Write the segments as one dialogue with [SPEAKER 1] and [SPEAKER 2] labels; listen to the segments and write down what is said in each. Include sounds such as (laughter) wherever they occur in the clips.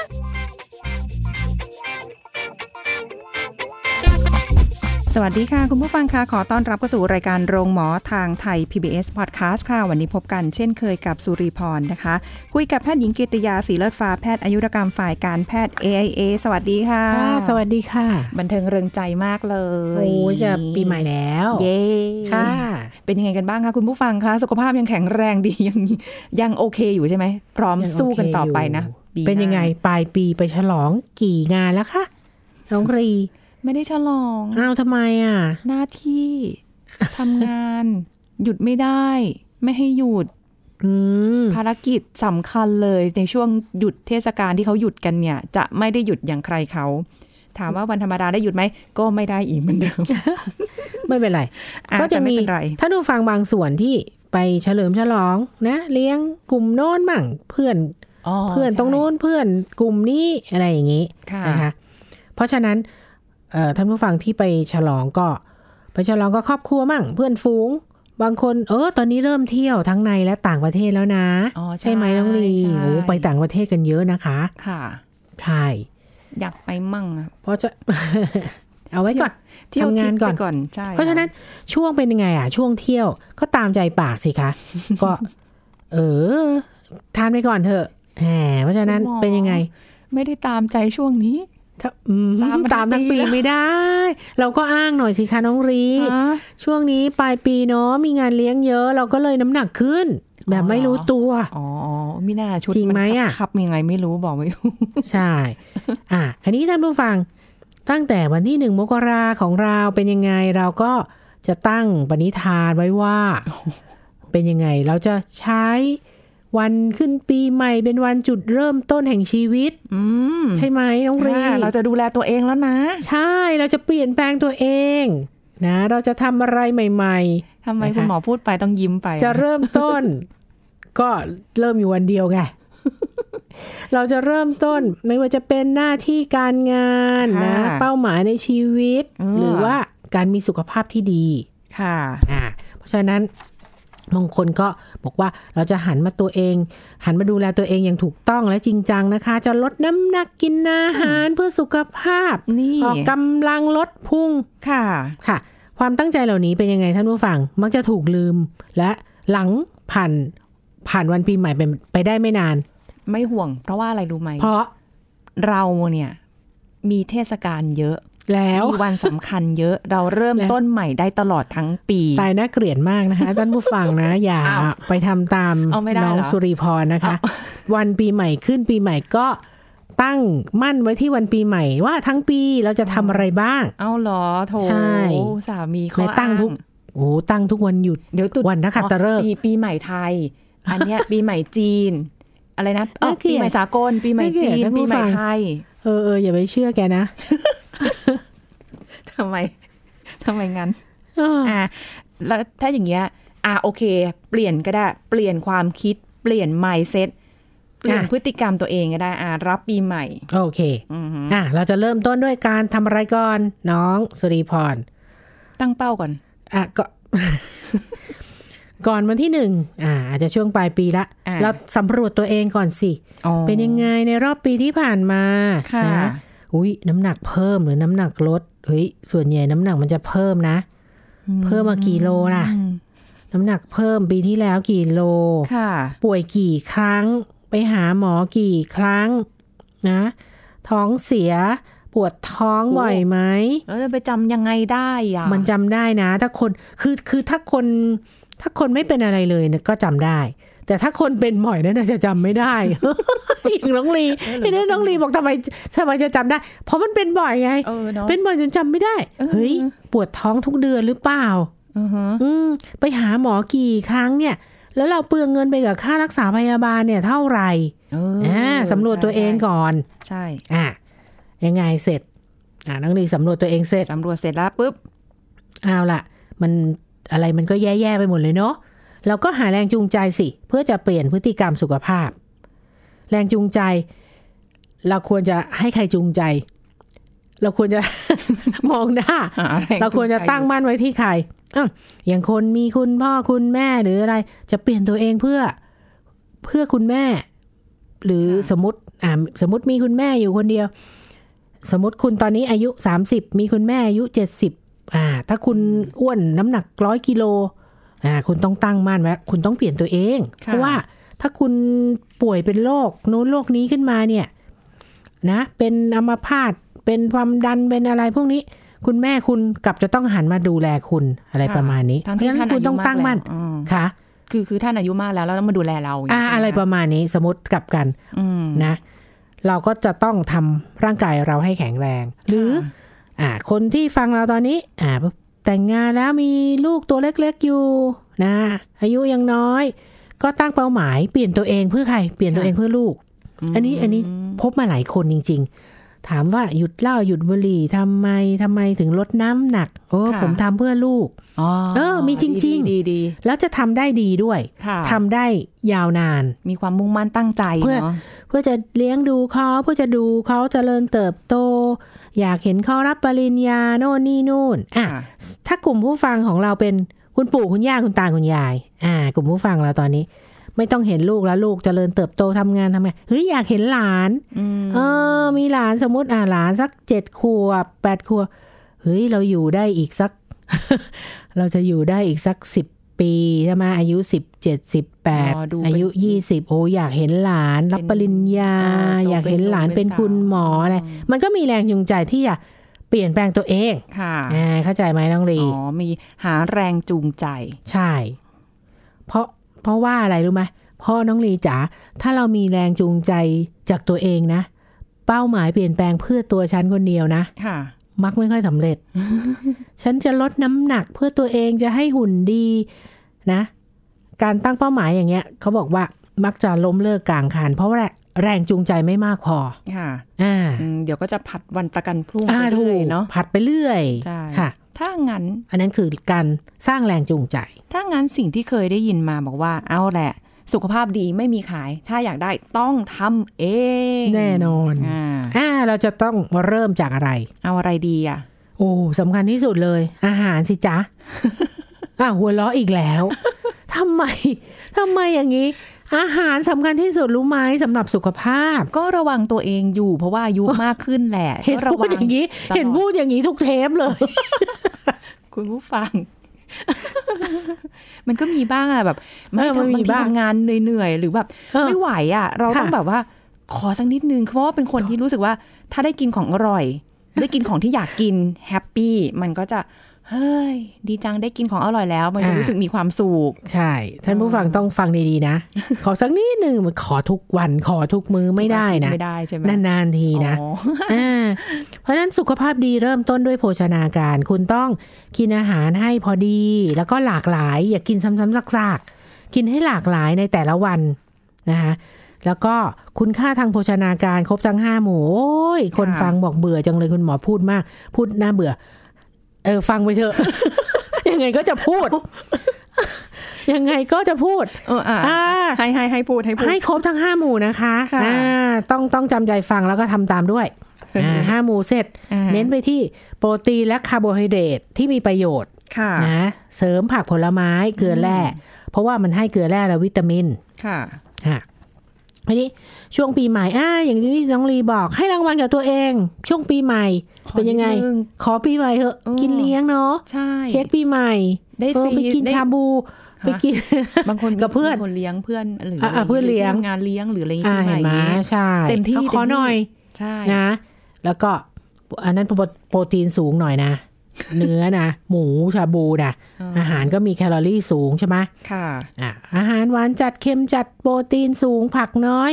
[SPEAKER 1] ล
[SPEAKER 2] สวัสดีค่ะ คุณผู้ฟังค่ะ ขอต้อนรับเข้าสู่รายการโรงหมอทางไทย PBS Podcast ค่ะ วันนี้พบกันเช่นเคยกับสุริพรนะคะ คุยกับแพทย์หญิงกิติยาศรีเลิศฟ้าแพทย์อายุรกรรมฝ่ายการแพทย์ AIA สวัสดีค่ะ
[SPEAKER 3] ค่ะสวัสดีค่ะ
[SPEAKER 2] บันเทิงเริงใจมากเล
[SPEAKER 3] โอ้
[SPEAKER 2] ย
[SPEAKER 3] ยจะปีใหม่แล้ว
[SPEAKER 2] เย้
[SPEAKER 3] ค่ะ
[SPEAKER 2] เป็นยังไงกันบ้างคะคุณผู้ฟังคะสุขภาพยังแข็งแรงดี (laughs) ยังยังโอเคอยู่ใช่ไหม พร้อม
[SPEAKER 3] ยังโอเค
[SPEAKER 2] สู้กันต่อไปนะ
[SPEAKER 3] อยู่
[SPEAKER 2] หา
[SPEAKER 3] เป็นยังไงปลายปีไปฉลองกี่งานแล้วคะ น้องรี
[SPEAKER 2] ไม่ได้ฉลอง
[SPEAKER 3] อ้าวทำไมอ่ะ
[SPEAKER 2] หน้าที่ทำงาน หยุดไม่ได้ ไม่ให้หยุด
[SPEAKER 3] อืม
[SPEAKER 2] ภารกิจสำคัญเลยในช่วงหยุดเทศกาลที่เขาหยุดกันเนี่ย จะไม่ได้หยุดอย่างใครเขา ถามว่าวันธรรมดาได้หยุดไหม ก็ไม่ได้อีกเหมือนเดิม
[SPEAKER 3] ไม่เป็นไร
[SPEAKER 2] อ่
[SPEAKER 3] ก็จะ
[SPEAKER 2] แต่ไม่
[SPEAKER 3] มี
[SPEAKER 2] เป็นไร
[SPEAKER 3] ท่านผู้ฟังบางส่วนที่ไปเฉลิมฉลองนะ เลี้ยงกลุ่มโน้นมั่ง เพื่อนเพื่อนตรงโน้นเพื่อนกลุ่มนี้อะไรอย่างนี้
[SPEAKER 2] ค่ะ
[SPEAKER 3] นะคะ เพราะฉะนั้นเอ่อท่านผู้ฟังที่ไปฉลองก็ ไปฉลองก็ครอบครัวมั่ง เพื่อนฝูง บางคนเออตอนนี้เริ่มเที่ยวทั้งในและต่างประเทศแล้วนะ
[SPEAKER 2] อ๋อใช่
[SPEAKER 3] ไหมน้องลี
[SPEAKER 2] ใช่
[SPEAKER 3] โอ้ไปต่างประเทศกันเยอะนะคะ
[SPEAKER 2] ค่ะ
[SPEAKER 3] ใช่
[SPEAKER 2] อยากไปมั่งอะ
[SPEAKER 3] เพราะจะ (laughs) เอาไว้ก่อน
[SPEAKER 2] เที่ยว
[SPEAKER 3] ทำงาน
[SPEAKER 2] ทิพย์ไป
[SPEAKER 3] ก่อน
[SPEAKER 2] ก่อนใช่
[SPEAKER 3] เพราะฉะนั้นช่วงเป็นยังไงอ่ะ ช่วงเที่ยวก็ตามใจปากสิคะ (laughs) ก็ เออ ทานไปก่อนเถอะแหมเพราะฉะนั้นเป็นยังไง
[SPEAKER 2] ไม่ได้ตามใจช่วงนี้
[SPEAKER 3] ถ้าอืม
[SPEAKER 2] ตามมาทั้ง
[SPEAKER 3] ตามทั้ง
[SPEAKER 2] ปีแล้ว
[SPEAKER 3] ปีไม่ได้ เราก็อ้างหน่อยสิคะน้องรี
[SPEAKER 2] ฮะ
[SPEAKER 3] ช่วงนี้ปลายปีเนาะมีงานเลี้ยงเยอะ เราก็เลยน้ำหนักขึ้น แบบไม่รู้ตัว
[SPEAKER 2] อ๋อมิน่าชุด
[SPEAKER 3] จริงไหม
[SPEAKER 2] น
[SPEAKER 3] อะ
[SPEAKER 2] ขับยังไงไม่รู้บอกไม่รู้
[SPEAKER 3] ใช่ อ่ะอันนี้ท่านผู้ฟัง ตั้งแต่วันที่หนึ่งมกราของเราเป็นยังไงเราก็จะตั้งปณิธานไว้ว่า เป็นยังไงเราจะใช้วันขึ้นปีใหม่เป็นวันจุดเริ่มต้นแห่งชีวิต
[SPEAKER 2] อืม
[SPEAKER 3] ใช่ไหมน้องรี
[SPEAKER 2] อ่าเราจะดูแลตัวเองแล้วนะ
[SPEAKER 3] ใช่เราจะเปลี่ยนแปลงตัวเองนะ เราจะทำอะไรใหม่
[SPEAKER 2] ทำไม
[SPEAKER 3] นะคะ
[SPEAKER 2] คุณหมอพูดไปต้องยิ้มไป
[SPEAKER 3] ๆ จะเริ่มต้น (laughs) ก็เริ่มอยู่วันเดียว (laughs) ไง เราจะเริ่มต้นไม่ว่าจะเป็นหน้าที่การงานนะ เป้าหมายในชีวิต หรือว่าการมีสุขภาพที่ดี
[SPEAKER 2] ค่ะ
[SPEAKER 3] อ่าเพราะฉะนั้นบางคนก็บอกว่าเราจะหันมาตัวเอง หันมาดูแลตัวเองอย่างถูกต้องและจริงจังนะคะ จะลดน้ำหนักกินอาหารเพื่อสุขภาพ
[SPEAKER 2] นี่
[SPEAKER 3] ออกกำลังลดพุง
[SPEAKER 2] ค่ะ
[SPEAKER 3] ค่ะ ความตั้งใจเหล่านี้เป็นยังไงท่านผู้ฟังมักจะถูกลืม และหลังผ่านผ่านวันปีใหม่ไปไปได้ไม่นาน
[SPEAKER 2] ไม่ห่วง เพราะว่าอะไรรู้ไหม
[SPEAKER 3] เพราะ
[SPEAKER 2] เราเนี่ยมีเทศกาลเยอะ
[SPEAKER 3] แล้ว
[SPEAKER 2] มีวันสำคัญเยอะ เราเริ่ม
[SPEAKER 3] แล้ว
[SPEAKER 2] ต้นใหม่ได้ตลอดทั้งปี
[SPEAKER 3] ตายน่าเกลียดมากนะคะ ท่านผู้ฟังนะ อย่า
[SPEAKER 2] อ้าว
[SPEAKER 3] ไปทำตาม
[SPEAKER 2] เอาไม่ได้
[SPEAKER 3] น้อง
[SPEAKER 2] เหรอ
[SPEAKER 3] สุริพรนะคะ
[SPEAKER 2] เอา
[SPEAKER 3] วันปีใหม่ขึ้นปีใหม่ก็ตั้งมั่นไว้ที่วันปีใหม่ ว่าทั้งปีเราจะทำอะไรบ้าง
[SPEAKER 2] เอาเหรอโถ
[SPEAKER 3] ใช่
[SPEAKER 2] สามีข้อ
[SPEAKER 3] แม่ตั้งทุก
[SPEAKER 2] อ้า
[SPEAKER 3] โอ้ตั้งทุกวันหยุด
[SPEAKER 2] เดี๋ยวตุด
[SPEAKER 3] วันนักขัตฤกษ์
[SPEAKER 2] ปีปีใหม่ไทย อันเนี้
[SPEAKER 3] (laughs)
[SPEAKER 2] ย ปีใหม่จีน อะไรนะเออ
[SPEAKER 3] น่าเกลี
[SPEAKER 2] ปี
[SPEAKER 3] ยด
[SPEAKER 2] ใหม่สากล ปีใหม่
[SPEAKER 3] น่าเกลี
[SPEAKER 2] จี
[SPEAKER 3] ย
[SPEAKER 2] น
[SPEAKER 3] ดนะ
[SPEAKER 2] ปีใหม่
[SPEAKER 3] ผู้ฟัง
[SPEAKER 2] ไทย
[SPEAKER 3] เออเอออย่าไปเชื่อแกนะ
[SPEAKER 2] ทำไมทำไมงั้น
[SPEAKER 3] เออ
[SPEAKER 2] อ่ะแล้วถ้าอย่างเงี้ย อ่ะโอเค เปลี่ยนก็ได้ เปลี่ยนความคิด เปลี่ยน mindset เปลี่ยนพฤติกรรมตัวเองก็ได้ อ่ะรับปีใหม่
[SPEAKER 3] โอเค
[SPEAKER 2] อือฮึ
[SPEAKER 3] อ่ะเราจะเริ่มต้นด้วยการทำอะไรก่อนน้องสุริพร
[SPEAKER 2] ตั้งเป้าก่อน
[SPEAKER 3] อ่ะก็ (laughs) ก่อนวันที่หนึ่งอ่า อาจจะช่วงปลายปีละ
[SPEAKER 2] อ่า
[SPEAKER 3] เราสำรวจตัวเองก่อนสิ
[SPEAKER 2] อ๋อ
[SPEAKER 3] เป็นยังไงในรอบปีที่ผ่านมา
[SPEAKER 2] ค่ะ
[SPEAKER 3] นะอุ้ยน้ำหนักเพิ่มหรือน้ำหนักลดเฮ้ยส่วนใหญ่น้ำหนักมันจะเพิ่มนะ
[SPEAKER 2] อืม
[SPEAKER 3] เพิ่มมากี่โลนะ
[SPEAKER 2] อืม
[SPEAKER 3] น้ำหนักเพิ่มปีที่แล้วกี่โล
[SPEAKER 2] ค่ะ
[SPEAKER 3] ป่วยกี่ครั้ง ไปหาหมอกี่ครั้งนะ ท้องเสีย ปวดท้อง
[SPEAKER 2] โอ้
[SPEAKER 3] บ่อยไหม
[SPEAKER 2] แล้วจะไปจำยังไงได้อ่ะ
[SPEAKER 3] มันจำได้นะ ถ้าคนคือคือถ้าคน ถ้าคนไม่เป็นอะไรเลยเนี่ยก็จำได้ แต่ถ้าคนเป็นบ่อยนั่นน่ะจะจำไม่ได้ (laughs) อย่างน้องลีที่นั่นน้องลีบอกทำไมทำไมจะจำได้ เพราะมันเป็นบ่อยไง
[SPEAKER 2] เออเนาะ
[SPEAKER 3] เป็นบ่อยจนจำไม่ได้
[SPEAKER 2] เออ
[SPEAKER 3] เฮ้ยปวดท้องทุกเดือนหรือเปล่า
[SPEAKER 2] อือฮะ
[SPEAKER 3] อืมไปหาหมอกี่ครั้งเนี่ย แล้วเราเปลืองเงินไปกับค่ารักษาพยาบาลเนี่ยเท่าไหร่
[SPEAKER 2] เออ
[SPEAKER 3] อ่าสำรวจตัวเองก่อน
[SPEAKER 2] ใช่
[SPEAKER 3] อ่ะยังไงเสร็จ อ่าน้องลีสำรวจตัวเองเสร็จ
[SPEAKER 4] สำรวจเสร็จแล้วปุ๊บ
[SPEAKER 3] เอาละมันอะไรมันก็แย่ๆไปหมดเลยเนาะเราก็หาแรงจูงใจสิ เพื่อจะเปลี่ยนพฤติกรรมสุขภาพ แรงจูงใจ เราควรจะให้ใครจูงใจ เราควรจะ (laughs) มองหน้า
[SPEAKER 4] อ่ะอะไร
[SPEAKER 3] เราควรจะตั้งมั่นไว้ที่ใครอ่ะอย่างคนมีคุณพ่อคุณแม่หรืออะไร จะเปลี่ยนตัวเองเพื่อเพื่อคุณแม่ หรือสมมติอ่าสมมติมีคุณแม่อยู่คนเดียว สมมติคุณตอนนี้อายุ 30 มีคุณแม่อายุ 70อ่า ถ้าคุณอ้วนน้ำหนักร้อยกิโลอ่าคุณต้องตั้งมั่นไว้คุณต้องเปลี่ยนตัวเอง เพ
[SPEAKER 4] ค่ะ
[SPEAKER 3] ราะว่าถ้าคุณป่วยเป็นโรคนู้นโรคนี้ขึ้นมาเนี่ย นะ เป็นอัมพาตเป็นความดันเป็นอะไรพวกนี้ คุณแม่คุณกลับจะต้องหันมาดูแลคุณอะไร
[SPEAKER 2] ค่ะ
[SPEAKER 3] ประมาณนี้
[SPEAKER 2] ทั้งที่
[SPEAKER 3] เพระฉะ
[SPEAKER 2] ท่าน
[SPEAKER 3] คุณต้องตั้งมั่น
[SPEAKER 4] อืม
[SPEAKER 3] ค่ะ
[SPEAKER 2] คือคือท่านอายุมากแล้วแล้วต้องมาดูแลเราย่าง
[SPEAKER 3] อ่า
[SPEAKER 2] เงี้ยใช่หม
[SPEAKER 3] อะไรประมาณนี้สมมติกลับกัน
[SPEAKER 2] อืม
[SPEAKER 3] นะ เราก็จะต้องทำร่างกายเราให้แข็งแรง หรือ อ่า คนที่ฟังเราตอนนี้ อ่า แต่งงานแล้วมีลูกตัวเล็กๆอยู่นะ อายุยังน้อย ก็ตั้งเป้าหมายเปลี่ยนตัวเองเพื่อใครเปลี่ยนตัว
[SPEAKER 2] ค่ะ
[SPEAKER 3] เองเพื่อลูก อันนี้อันนี้พบมาหลายคนจริง ๆ ถามว่าหยุดเหล้าหยุดบุหรี่ทำไมทำไมถึงลดน้ำหนัก โอ้
[SPEAKER 2] ค่ะ
[SPEAKER 3] ผมทำเพื่อลูก
[SPEAKER 2] อ๋อ
[SPEAKER 3] เออมีจริงๆ
[SPEAKER 2] ดีๆดี
[SPEAKER 3] แล้วจะทำได้ดีด้วย
[SPEAKER 2] ๆค่ะ
[SPEAKER 3] ทำได้ยาวนาน
[SPEAKER 2] มีความมุ่งมั่นตั้งใจ
[SPEAKER 3] เพื่อ
[SPEAKER 2] เนาะ
[SPEAKER 3] เพื่อจะเลี้ยงดูเขาเพื่อจะดูเขาเจริญเติบโต อยากเห็นเขารับปริญญาโน่นนี่นู่นอ่ะ
[SPEAKER 2] ค่ะ
[SPEAKER 3] ถ้ากลุ่มผู้ฟังของเราเป็นคุณปู่คุณย่าคุณตาคุณยาย อ่า กลุ่มผู้ฟังเราตอนนี้ ไม่ต้องเห็นลูกแล้วลูกจเจริญเติบโตทำงานทำงานเฮ้ยอยากเห็นหลาน
[SPEAKER 2] อืม
[SPEAKER 3] เออ มีหลานสมมติอ่าหลานสักเจ็ดขวบแปดขวบเฮ้ยเราอยู่ได้อีก (laughs) สัก เราจะอยู่ได้อีกสักสิบปีใช่ไหมอายุสิบเจ็ดสิบแปด
[SPEAKER 2] อ๋อดูเป็น
[SPEAKER 3] อายุยี่สิบโอ้อยากเห็นหลาน รับปริญญา
[SPEAKER 2] เป็นอ่าโต
[SPEAKER 3] อยากเห็นหลาน
[SPEAKER 2] เป็
[SPEAKER 3] เป็น น
[SPEAKER 2] หนุ่มเป็น
[SPEAKER 3] คุณหมอ
[SPEAKER 2] สาว
[SPEAKER 3] อะไรมันก็มีแรงจูงใจที่จะเปลี่ยนแปลงตัวเอง
[SPEAKER 2] ค่ะ
[SPEAKER 3] อ่าเข้าใจไหมน้องลี
[SPEAKER 2] อ๋อมีหาแรงจูงใจ
[SPEAKER 3] ใช่ เพราะเพราะว่าอะไรรู้ไหมเพ่อน้องลีจ๋า ถ้าเรามีแรงจูงใจจากตัวเองนะ เป้าหมายเปลี่ยนแปลงเพื่อตัวฉันคนเดียวนะ
[SPEAKER 2] ค่ะ
[SPEAKER 3] มักไม่ค่อยสำเร็จ (laughs) ฉันจะลดน้ำหนักเพื่อตัวเองจะให้หุ่นดีนะ การตั้งเป้าหมายอย่างเงี้ย เขาบอกว่ามักจะล้มเลิกกลางคัน เพราะว่าแรงจูงใจไม่มากพอ
[SPEAKER 2] ค่ะ
[SPEAKER 3] อ่า
[SPEAKER 2] อืมเดี๋ยวก็จะผัดวันประกันพรุ่งไป
[SPEAKER 3] อ่าถู
[SPEAKER 2] เรื่
[SPEAKER 3] ก
[SPEAKER 2] อยเนาะ
[SPEAKER 3] ผัดไปเรื่อย
[SPEAKER 2] ใช่
[SPEAKER 3] ค่ะ
[SPEAKER 2] ถ้างั้น
[SPEAKER 3] อันนั้นคือการสร้างแรงจูงใจ
[SPEAKER 2] ถ้างั้นสิ่งที่เคยได้ยินมาบอกว่าเอาแหละ สุขภาพดีไม่มีขาย ถ้าอยากได้ต้องทำเอง
[SPEAKER 3] แน่นอน
[SPEAKER 2] อ่า
[SPEAKER 3] อ่าเราจะต้องเริ่มจากอะไร
[SPEAKER 2] เอาอะไรดีอ่ะ
[SPEAKER 3] โอ้สำคัญที่สุดเลย อาหารสิ
[SPEAKER 2] (laughs)
[SPEAKER 3] จ๊ะ อ่ะหัวเราะอีกแล้วทำไมทำไมอย่างนี้ อาหารสำคัญที่สุดรู้ไหมสำหรับสุขภาพ
[SPEAKER 2] ก็ระวังตัวเองอยู่เพราะว่าอายุมากขึ้นแหละ
[SPEAKER 3] เห็น
[SPEAKER 2] ก็ระ
[SPEAKER 3] พู
[SPEAKER 2] วั
[SPEAKER 3] ดอย่างนี้
[SPEAKER 2] ตลอ
[SPEAKER 3] เห็นพูดอย่างนี้ทุกเทปเลย
[SPEAKER 2] คุณผู้ฟัง (laughs) มันก็มีบ้างอะแบบ
[SPEAKER 3] เออมัน
[SPEAKER 2] บา
[SPEAKER 3] มี
[SPEAKER 2] งที
[SPEAKER 3] บ้าง
[SPEAKER 2] ทำงานเหนื่อยๆหรือแบบ
[SPEAKER 3] เออ
[SPEAKER 2] ไม่ไหวอะ่ะ เรา
[SPEAKER 3] ค่ะ
[SPEAKER 2] ต้องแบบว่า ขอสักนิดนึงเพราะว่าเป็นคนที่รู้สึกว่า ถ้าได้กินของอร่อย ได้กินของที่อยากกินแฮปปี้มันก็จะเฮ้ย ดีจังได้กินของอร่อยแล้ว มันจะ
[SPEAKER 3] อ่ารู้
[SPEAKER 2] รู้สึกมีความสุข
[SPEAKER 3] (laughs) ใช่ ท่านผู้ฟังต้องฟังดีๆนะ ขอสักนิดหนึ่งมันขอทุกวันขอทุกมื้อไม่ได้นะ
[SPEAKER 2] ไม่ได้ใช่ไหม
[SPEAKER 3] นานๆทีนะ
[SPEAKER 2] อ๋อ
[SPEAKER 3] อ่าเพราะฉะนั้นสุขภาพดีเริ่มต้นด้วยโภชนาการ คุณต้องกินอาหารให้พอดี แล้วก็หลากหลาย อย่ากินซ้ำๆซากๆ กินให้หลากหลายในแต่ละวันนะคะแล้วก็คุณค่าทางโภชนาการครบทั้งห้าหมู่โอ้ยคนฟังบอกเบื่อจังเลยคุณหมอพูดมาก พูดน่าเบื่อ เออฟังไปเถอะ (laughs) ยังไงก็จะพูด ยังไงก็จะพูด
[SPEAKER 2] เอออ่ะ
[SPEAKER 3] อ่า
[SPEAKER 2] ให้ให้ให้พูดให้พูด
[SPEAKER 3] ให้ครบทั้งห้าหมู่นะคะ
[SPEAKER 2] ค่ะ
[SPEAKER 3] อ่าต้องต้องจำใจฟังแล้วก็ทำตามด้วยอ่าห้าหมู่เสร็จ
[SPEAKER 2] อ่า
[SPEAKER 3] เน้นไปที่โปรตีนและคาร์โบไฮเดรตที่มีประโยชน์
[SPEAKER 4] ค่ะ
[SPEAKER 3] นะเสริมผักผลไม้เกลือแร่ เพราะว่ามันให้เกลือแร่และวิตามิน
[SPEAKER 2] ค่ะ
[SPEAKER 3] ค่ะทีนี้ช่วงปีใหม่อ่าอย่างที่น้องลีบอกให้รางวัลกับตัวเอง ช่วงปีใหม่
[SPEAKER 2] ขอ
[SPEAKER 3] เป็นยังไง
[SPEAKER 2] นิดนึง
[SPEAKER 3] ขอปีใหม่เถอะ
[SPEAKER 2] เออ
[SPEAKER 3] กินเลี้ยงเนาะ
[SPEAKER 2] ใช่
[SPEAKER 3] เค้กปีใหม่
[SPEAKER 2] ได้
[SPEAKER 3] เอ
[SPEAKER 2] ฟ
[SPEAKER 3] อ
[SPEAKER 2] รี
[SPEAKER 3] ไปกิน
[SPEAKER 2] ได้
[SPEAKER 3] ชาบู
[SPEAKER 2] ฮะ
[SPEAKER 3] ไปกิน
[SPEAKER 2] บางคน
[SPEAKER 3] กับเพื่อน
[SPEAKER 2] มีคนเลี้ยงเพื่อนหรือ
[SPEAKER 3] อ่ะอ่ะเพื่อนเลี้ยง
[SPEAKER 2] ที่ทำงานเลี้ยงหรืออะไรอย่าง
[SPEAKER 3] อ่า
[SPEAKER 2] งี้
[SPEAKER 3] เห็นไหม
[SPEAKER 2] ปีใหม่นี้
[SPEAKER 3] ใช่
[SPEAKER 2] เต็มที่
[SPEAKER 3] อาขอ
[SPEAKER 2] เต็มที่
[SPEAKER 3] หน่อย
[SPEAKER 2] ใช่
[SPEAKER 3] นะ แล้วก็อันนั้นโปรโปรตีนสูงหน่อยนะ เนื้อนะ หมูชาบูนะ
[SPEAKER 2] อ๋ออ
[SPEAKER 3] อาหารก็มีแคลอรี่สูงใช่ไหม
[SPEAKER 2] ค่ะ
[SPEAKER 3] อ่ะอาหารหวานจัดเค็มจัดโปรตีนสูงผักน้อย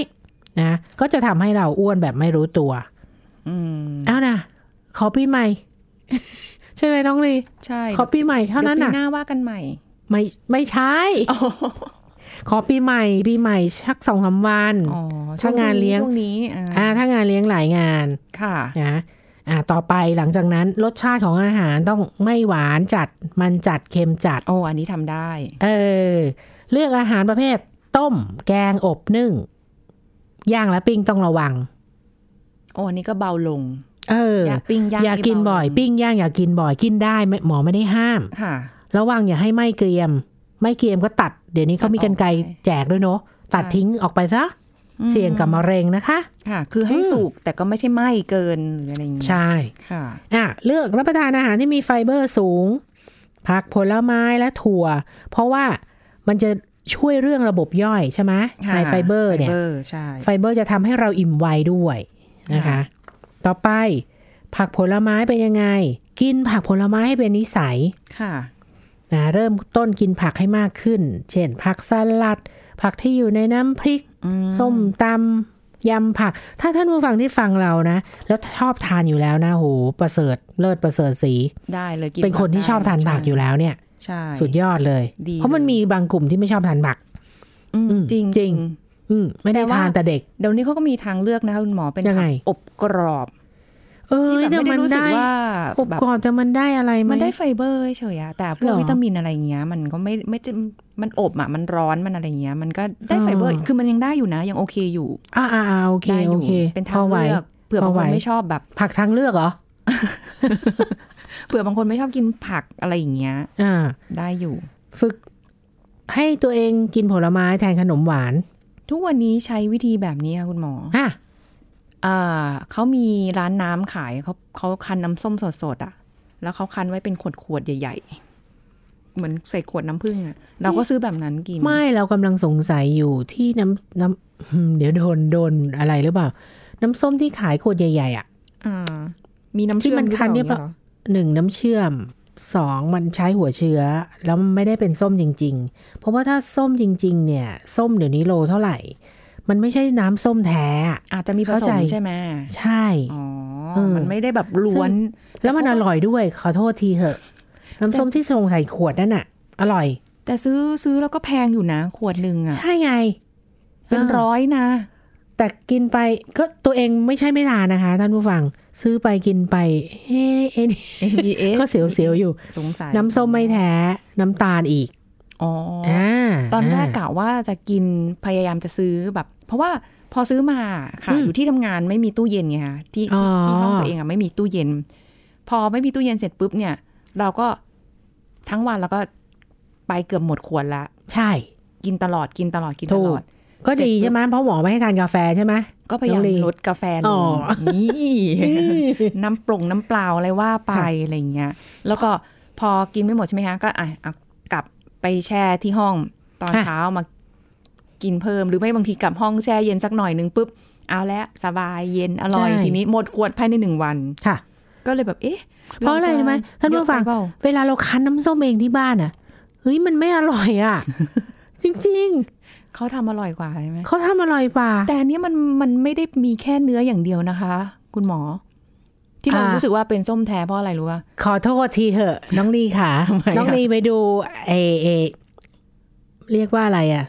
[SPEAKER 3] นะก็จะทำให้เราอ้วนแบบไม่รู้ตัว
[SPEAKER 2] อืม
[SPEAKER 3] เอานะขอปีใหม่ (laughs) ใช่ไหมน้องลี
[SPEAKER 2] ใช่
[SPEAKER 3] ขอปีใหม่เท่านั้น
[SPEAKER 2] ดี๋ยว
[SPEAKER 3] น่ะ
[SPEAKER 2] ปีหน้าว่ากันใหม่
[SPEAKER 3] ไม่ไม่ใช่ ขอปีใหม่ ปีใหม่ชักสองสามวัน
[SPEAKER 2] อ๋อ
[SPEAKER 3] ถ้างานเลี้ยง
[SPEAKER 2] ช่วงนี้
[SPEAKER 3] อ่าถ้างานเลี้ยงหลายงาน
[SPEAKER 2] ค่ะ
[SPEAKER 3] นะ อ่าต่อไปหลังจากนั้นรสชาติของอาหารต้องไม่หวานจัดมันจัดเค็มจัด
[SPEAKER 2] โอ้อันนี้ทำได้
[SPEAKER 3] เออ เลือกอาหารประเภท ต้ม แกงอบนึ่งย่างและปิ้งต้องระวัง
[SPEAKER 2] โอ้อันนี้ก็เบาลง
[SPEAKER 3] เออ
[SPEAKER 2] ย่าปิ้งย่าง
[SPEAKER 3] อย่ากินบ่อย
[SPEAKER 2] เาลง
[SPEAKER 3] ปิ้งย่างอย่ากินบ่อยกินได้ไม่หมอไม่ได้ห้าม
[SPEAKER 2] ค่ะ
[SPEAKER 3] ระวังอย่าให้ไหม่เกรียมไหม่เกรียมก็ตัด เดี๋ยวนี้เขามีกันไกรแจกด้วยเนาะตัด
[SPEAKER 2] ใช่
[SPEAKER 3] ทิ้งออกไปซะ
[SPEAKER 2] อืม
[SPEAKER 3] เสี่ยงกับมะเร็งนะคะ
[SPEAKER 2] ค่ะ คือให้
[SPEAKER 3] อืม
[SPEAKER 2] สุกแต่ก็ไม่ใช่ไหมเกินหรืออะไรอย่างเงี้ย
[SPEAKER 3] ใช่
[SPEAKER 2] ค่ะ
[SPEAKER 3] อ่ะเลือกรับประทานอาหารที่มีไฟเบอร์สูง ผักผลไม้และถั่ว เพราะว่ามันจะช่วยเรื่องระบบย่อยใช่ไหม
[SPEAKER 2] ค่ะ
[SPEAKER 3] ไฮไฟเบอร์เนี่ย
[SPEAKER 2] ไฟเบอร์ใช่
[SPEAKER 3] ไฟเบอร์จะทำให้เราอิ่มไวด้วยนะคะ ต่อไป ผักผลไม้เป็นยังไง กินผักผลไม้ให้เป็นนิสัย
[SPEAKER 2] ค่ะ
[SPEAKER 3] นะเริ่มต้นกินผักให้มากขึ้น เช่น ผักสลัด ผักที่อยู่ในน้ำพริก
[SPEAKER 2] อืม
[SPEAKER 3] ส้มตำยำผัก ถ้าท่านผู้ฟังที่ฟังเรานะ แล้วชอบทานอยู่แล้วนะโหประเสริฐเลิศประเสริฐสี
[SPEAKER 2] ได้เลยกิน
[SPEAKER 3] เป็นคนที่ชอบทานผักอยู่แล้วเนี่ย
[SPEAKER 2] ใช่
[SPEAKER 3] สุดยอดเลย
[SPEAKER 2] ดี
[SPEAKER 3] เพราะมัน
[SPEAKER 2] เลย
[SPEAKER 3] มีบางกลุ่มที่ไม่ชอบทานผัก
[SPEAKER 2] อืม
[SPEAKER 3] อืม
[SPEAKER 2] จริง
[SPEAKER 3] จริง อืมไม่ได้
[SPEAKER 2] แต่ว่
[SPEAKER 3] ทานแต่เด็ก
[SPEAKER 2] เดี๋ยวนี้เขาก็มีทางเลือกนะคะคุณหมอเป็น
[SPEAKER 3] ยังไง
[SPEAKER 2] ผักอบกรอบ
[SPEAKER 3] เอ้ย
[SPEAKER 2] ที่แบบ
[SPEAKER 3] แต่
[SPEAKER 2] ไม่ได้
[SPEAKER 3] มัน
[SPEAKER 2] รู้สึก
[SPEAKER 3] ได้
[SPEAKER 2] ว่า
[SPEAKER 3] อบ
[SPEAKER 2] แบบ
[SPEAKER 3] กรอบแต่มันได้อะไรไหม
[SPEAKER 2] มันได้ไฟเบอร์เฉยๆอะแต่พว
[SPEAKER 3] หร
[SPEAKER 2] ก
[SPEAKER 3] อ
[SPEAKER 2] วิตามินอะไรอย่างเงี้ย มันก็ไม่ไม่จะมันอบอะมันร้อนมันอะไรอย่างเงี้ย มันก็ได้
[SPEAKER 3] อ๋อ
[SPEAKER 2] ไฟเบอร์คือมันยังได้อยู่นะ ยังโอเคอยู่
[SPEAKER 3] อ่าอ่าอ่าโอเค
[SPEAKER 2] ได้อ
[SPEAKER 3] โอยู่ เค
[SPEAKER 2] เป็น
[SPEAKER 3] พ
[SPEAKER 2] ทาง
[SPEAKER 3] อไหว
[SPEAKER 2] เลือกเผื่อบาง
[SPEAKER 3] พอ
[SPEAKER 2] ค
[SPEAKER 3] ไหวน
[SPEAKER 2] ไม่ชอบแบบ
[SPEAKER 3] ผักทางเลือกเหรอ
[SPEAKER 2] เผื่อบางคนไม่ชอบกินผักอะไรอย่างเงี้ย
[SPEAKER 3] อ่า
[SPEAKER 2] ได้อยู่
[SPEAKER 3] ฝึกให้ตัวเองกินผลไม้แทนขนมหวาน
[SPEAKER 2] ทุกวันนี้ใช้วิธีแบบนี้ค่ะคุณหมอ
[SPEAKER 3] อ่ะ
[SPEAKER 2] อ่าเขามีร้านน้ำขายเขาเขาคั้นน้ำส้มสดๆอะ่ะ แล้วเขาคั้นไว้เป็นขวดขวดๆใหญ่ ๆ เหมือนใส่ขวดน้ำผึ้งอะ่ะ เราก็ซื้อแบบนั้นกิน
[SPEAKER 3] ไม่เรากำลังสงสัยอยู่ที่น้ำน้ำอืมเดี๋ยวโดนโดนอะไรหรือเปล่า น้ำส้มที่ขายขวดใหญ่ ๆ อ่ะ
[SPEAKER 2] อ่า มีน้ำเชื่อ
[SPEAKER 3] ที่
[SPEAKER 2] ม
[SPEAKER 3] มันคั้นเนี่ย
[SPEAKER 2] หอปล่า
[SPEAKER 3] หนึ่งน้ำเชื่อมสองมันใช้หัวเชื้อ แล้วมันไม่ได้เป็นส้มจริง ๆ เพราะว่าถ้าส้มจริง ๆ เนี่ย ส้มเดี๋ยวนี้โลเท่าไหร่ มันไม่ใช่น้ำส้มแท้อะ
[SPEAKER 2] อาจจะมีผ
[SPEAKER 3] เข้า
[SPEAKER 2] ส
[SPEAKER 3] ใจ
[SPEAKER 2] มใช่ไหม
[SPEAKER 3] ใช่
[SPEAKER 2] อ๋อ
[SPEAKER 3] เออ
[SPEAKER 2] มันไม่ได้แบบล้วน
[SPEAKER 3] ซึ่ แล้วมันอร่อยด้วย ขอโทษทีเหอะ น้ำส้มที่ส่งใส่ขวดนั่นน่ะ อร่อย
[SPEAKER 2] แต่ซื้อซื้อแล้วก็แพงอยู่นะ ขวดหนึ่งอะ่ะ
[SPEAKER 3] ใช่ไง
[SPEAKER 2] เป็น
[SPEAKER 3] ออ
[SPEAKER 2] ร้อยนะ
[SPEAKER 3] แต่กินไปก็ตัวเองไม่ใช่ไม่ทานนะคะ ท่านผู้ฟัง ซื้อไปกินไปเอ๊ะเอ๊ะ
[SPEAKER 2] ABS
[SPEAKER 3] ก็เสียวๆอยู่
[SPEAKER 2] สงสัย
[SPEAKER 3] น้ำส้มไม่แท้ น้ำตาลอีก
[SPEAKER 2] อ๋ออ
[SPEAKER 3] ่า
[SPEAKER 2] ตอนแรก
[SPEAKER 3] า
[SPEAKER 2] กะว่าจะกินพยายามจะซื้อแบบ เพราะว่าพอซื้อมาค่ะ
[SPEAKER 3] อืม
[SPEAKER 2] อยู่ที่ทำงานไม่มีตู้เย็นไงคะที่ที่
[SPEAKER 3] อ๋อ
[SPEAKER 2] ที่ห้องตัวเองอะไม่มีตู้เย็น พอไม่มีตู้เย็นเสร็จปุ๊บเนี่ย เราก็ทั้งวันเราก็ไปเกือบหมดขวดละ
[SPEAKER 3] ใช่
[SPEAKER 2] กินตลอดกินตลอดกินตลอด
[SPEAKER 3] ก็ดี
[SPEAKER 2] เสร็จปุ๊บ
[SPEAKER 3] ใช่ไหมเพราะหมอไม่ให้ทานกาแฟใช่ไหม
[SPEAKER 2] ก็พยายาม
[SPEAKER 3] น้องลี
[SPEAKER 2] ลดกาแฟล
[SPEAKER 3] อ๋
[SPEAKER 2] ง
[SPEAKER 3] อ
[SPEAKER 2] นี่
[SPEAKER 3] (laughs)
[SPEAKER 2] น้ำปรุงน้ำเปล่าอะไรว่าไปอะไรอย่างเงี้ย แล้วก็พอกินไม่หมดใช่ไหมคะก็อ่ะเอากลับไปแช่ที่ห้องตอนเช้ามากินเพิ่มหรือไม่บางทีกลับห้องแช่เย็นสักหน่อยนึงปุ๊บเอาละสบายเย็นอร่อยทีนี้หมดขวดภายในหนึ่งวัน
[SPEAKER 3] ค่ะ
[SPEAKER 2] ก็เลยแบบเอ๊ะ
[SPEAKER 3] เพราะอะไรรู้ไหมท่านผู้ฟัง
[SPEAKER 2] เยอะไปเปล่า
[SPEAKER 3] เวลาเราคั้นน้ำส้มเองที่บ้านอ่ะเฮ้ยมันไม่อร่อย
[SPEAKER 2] (laughs)
[SPEAKER 3] อ่ะ จริง
[SPEAKER 2] เขาทำอร่อยกว่าใช่ไหม
[SPEAKER 3] ๆเขาทำอร่อยป่า
[SPEAKER 2] แต่อันเนี้ยมันมันไม่ได้มีแค่เนื้ออย่างเดียวนะคะ คุณหมอ ที่เรา
[SPEAKER 3] อ่ารู้
[SPEAKER 2] รู้สึกว่าเป็นส้มแท้เพราะอะไรรู้ป่ะ
[SPEAKER 3] ขอโทษทีเหอะ น้องลีค่ะ
[SPEAKER 2] ทำไมอะ
[SPEAKER 3] น้องลีไปดูเอเอเรียกว่าอะไรอ่ะ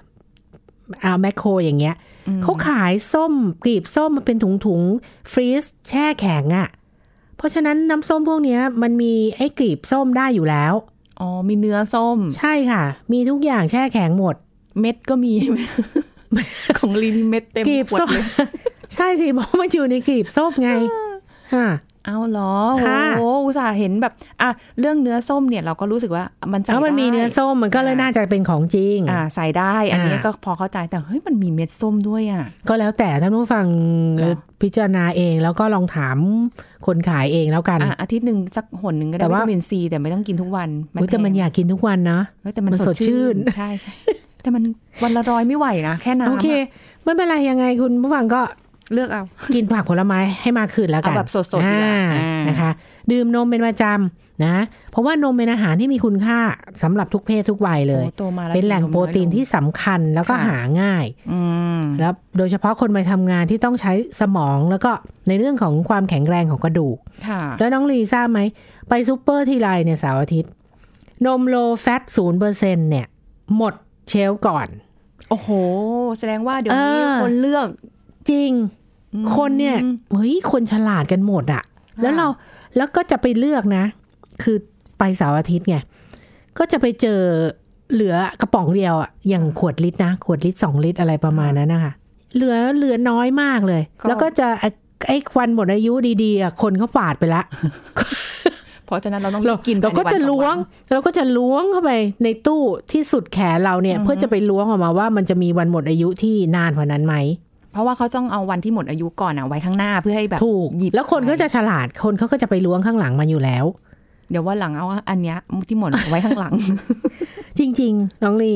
[SPEAKER 3] อาแมคโครอย่างเงี้ย
[SPEAKER 2] อืม
[SPEAKER 3] เขาขายส้มกรีบส้มมันเป็นถุงถุงๆฟรีซแช่แข็งอ่ะ เพราะฉะนั้นน้ำส้มพวกเนี้ย มันมีไอ้กรีบส้มได้อยู่แล้ว
[SPEAKER 2] อ๋อ มีเนื้อส้ม
[SPEAKER 3] ใช่ค่ะ มีทุกอย่างแช่แข็งหมด
[SPEAKER 2] เม็ดก็
[SPEAKER 3] (laughs)
[SPEAKER 2] มี ของลินเม็ดเต็ม
[SPEAKER 3] กรีบ
[SPEAKER 2] ขวด
[SPEAKER 3] ส้ม
[SPEAKER 2] เลย
[SPEAKER 3] ใช่สิเพราะมันอยู่ในกรีบส้ม
[SPEAKER 2] (laughs)
[SPEAKER 3] ไงฮะ
[SPEAKER 2] เอาเหรอ
[SPEAKER 3] ค่ะ
[SPEAKER 2] โอ้โหอุตส่าห์เห็นแบบ อ่ะ เรื่องเนื้อส้มเนี่ยเราก็รู้สึกว่ามันใส่
[SPEAKER 3] แล้วมัน
[SPEAKER 2] ได้
[SPEAKER 3] มีเนื้อส้มมันก็เลย
[SPEAKER 2] อ่า
[SPEAKER 3] น่าจะเป็นของจริง
[SPEAKER 2] อ่า ใส่ได้ อันนี้
[SPEAKER 3] อ่า
[SPEAKER 2] ก็พอเข้าใจ แต่เฮ้ย มันมีเม็ดส้มด้วยอ่ะ
[SPEAKER 3] ก็แล้วแต่ท่านผู้ฟัง
[SPEAKER 2] เหรอ
[SPEAKER 3] พิจารณาเองแล้วก็ลองถามคนขายเองแล้วกัน
[SPEAKER 2] อ่ะอาทิตย์หนึ่งสักหนหนึ่งก็
[SPEAKER 3] แต่
[SPEAKER 2] ได้
[SPEAKER 3] ว่า
[SPEAKER 2] วิตามินซีแต่ไม่ต้องกินทุกวัน
[SPEAKER 3] อุ๊ยแต่มัน
[SPEAKER 2] พง
[SPEAKER 3] อยากกินทุกวันนะ
[SPEAKER 2] เฮ้ยแต่มัน
[SPEAKER 3] มัน
[SPEAKER 2] สด
[SPEAKER 3] สดชื่
[SPEAKER 2] ชื่
[SPEAKER 3] น
[SPEAKER 2] น ใช่ใช่แต่มันวันละร้อยไม่ไหวนะ แค่น้ำ
[SPEAKER 3] โอ
[SPEAKER 2] อะ
[SPEAKER 3] เค ไม่เป็นไรยังไงคุณผู้ฟังก็
[SPEAKER 2] เลือกเอา
[SPEAKER 3] กินผักผลไม้ให้มากขึ้นแล้วกัน
[SPEAKER 2] เอาแบบสดๆดีกว่า
[SPEAKER 3] อ่า
[SPEAKER 2] อ่าน
[SPEAKER 3] นะคะ ดื่มนมเป็นประจำนะ เพราะว่านมเป็นอาหารที่มีคุณค่าสำหรับทุกเพศทุกวัยเลย
[SPEAKER 2] โอ้โตมาแล้ว
[SPEAKER 3] เป็นแหล่ง
[SPEAKER 2] กิ
[SPEAKER 3] โปรตีน
[SPEAKER 2] อยลง
[SPEAKER 3] ที่สำคัญแล้วก็
[SPEAKER 2] ค่ะ
[SPEAKER 3] หาง่าย
[SPEAKER 2] อืม
[SPEAKER 3] แล้วโดยเฉพาะคนไปทำงานที่ต้องใช้สมองแล้วก็ในเรื่องของความแข็งแรงของกระดูก
[SPEAKER 2] ค่ะ
[SPEAKER 3] แล้วน้องลีทราบไหม ไปซูเปอร์ทีไรเนี่ยเสาร์อาทิตย์ นมโลแฟตศูนเปอร์เซ็นเนี่ย หมดเชลฟ์ก่อน
[SPEAKER 2] โอ้โห แสดงว่าเดี๋ยวนี้
[SPEAKER 3] เออ
[SPEAKER 2] คนเลือก
[SPEAKER 3] จริง คนเนี่ย เฮ้ย คนฉลาดกันหมดอะ แล้วเราแล้วก็จะไปเลือกนะ คือไปเสาร์อาทิตย์ไงก็จะไปเจอเหลือกระป๋องเดียวอะอย่างขวดลิตรนะ ขวดลิตรสองลิตรอะไรประมาณนั้นนะคะเหลือเหลือน้อยมากเลย
[SPEAKER 2] ก็
[SPEAKER 3] แล้วก็จะไอ้ไอ้ควันหมดอายุดีๆอะคนเขาปาดไปละ
[SPEAKER 2] เพราะฉะนั้นเราต้อง
[SPEAKER 3] เรา
[SPEAKER 2] กิน
[SPEAKER 3] เราก็จะล้วง เราก็จะล้วงเข้าไปในตู้ที่สุดแขนเราเนี่ย เพื่อจะไปล้วงออกมาว่ามันจะมีวันหมดอายุที่นานกว่านั้นไหม
[SPEAKER 2] เพราะว่าเขาต้องเอาวันที่หมดอายุก่อนอะไว้ข้างหน้าเพื่อให้แบบ
[SPEAKER 3] ถูก
[SPEAKER 2] หยิบ
[SPEAKER 3] แล้วคนก็จะฉลาดคนเขาก็จะไปล้วงข้างหลังมันอยู่แล้ว
[SPEAKER 2] เดี๋ยวว่าหลังเอาอันเนี้ยที่หมดไว้ข้างหลัง
[SPEAKER 3] จริง ๆ น้องลี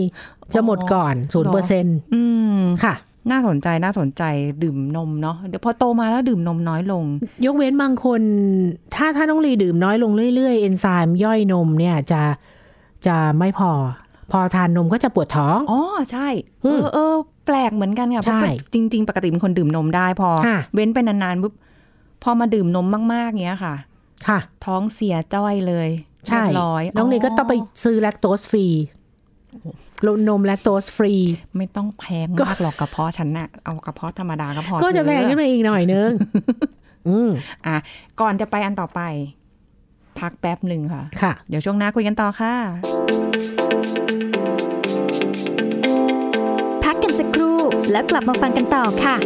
[SPEAKER 3] จะหมดก่อนศูนเปอร์เซ็น
[SPEAKER 2] อืม
[SPEAKER 3] ค่ะ
[SPEAKER 2] น่าสนใจน่าสนใจดื่มนมเนาะเดี๋ยวพอโตมาแล้วดื่มนมน้อยลง
[SPEAKER 3] ยกเว้นบางคน ถ้าถ้าน้องลีดื่มน้อยลงเรื่อยๆ เอนไซม์ย่อยนมเนี่ยจะจะไม่พอ พอทานนมก็จะปวดท้อง
[SPEAKER 2] อ๋อ ใช่เอ
[SPEAKER 3] อืม
[SPEAKER 2] อเออแปลกเหมือนกันค่ะเพ
[SPEAKER 3] ใช่
[SPEAKER 2] ราะจริง ๆ ปกติเป็นคนดื่มนมได้พอ
[SPEAKER 3] ค่ะ
[SPEAKER 2] เว้นไปนานๆปุ๊บพอมาดื่มนมมากๆเงี้ยค่ะ
[SPEAKER 3] ค่ะ
[SPEAKER 2] ท้องเสียจ้อยเลย
[SPEAKER 3] ใช่
[SPEAKER 2] เรียบร้อย
[SPEAKER 3] น้องลีก็ต้องไปซื้อแลคโตสฟรีนมแลคโตสฟรี
[SPEAKER 2] ไม่ต้องแพง
[SPEAKER 3] ก็
[SPEAKER 2] มากหรอกกระเพาะฉันน่ะเอากระเพาะธรรมดาก็พอ
[SPEAKER 3] ก็จะแพง
[SPEAKER 2] เธอ
[SPEAKER 3] ขึ้นมาอีกหน่อยนึง อืม
[SPEAKER 2] อ่ะก่อนจะไปอันต่อไป พักแป๊บหนึ่งค่ะ
[SPEAKER 3] ค่ะ
[SPEAKER 2] เดี๋ยวช่วงหน้าคุยกันต่อค่ะ
[SPEAKER 1] พักกันสักครู่แล้วกลับมาฟังกันต่อค่ะ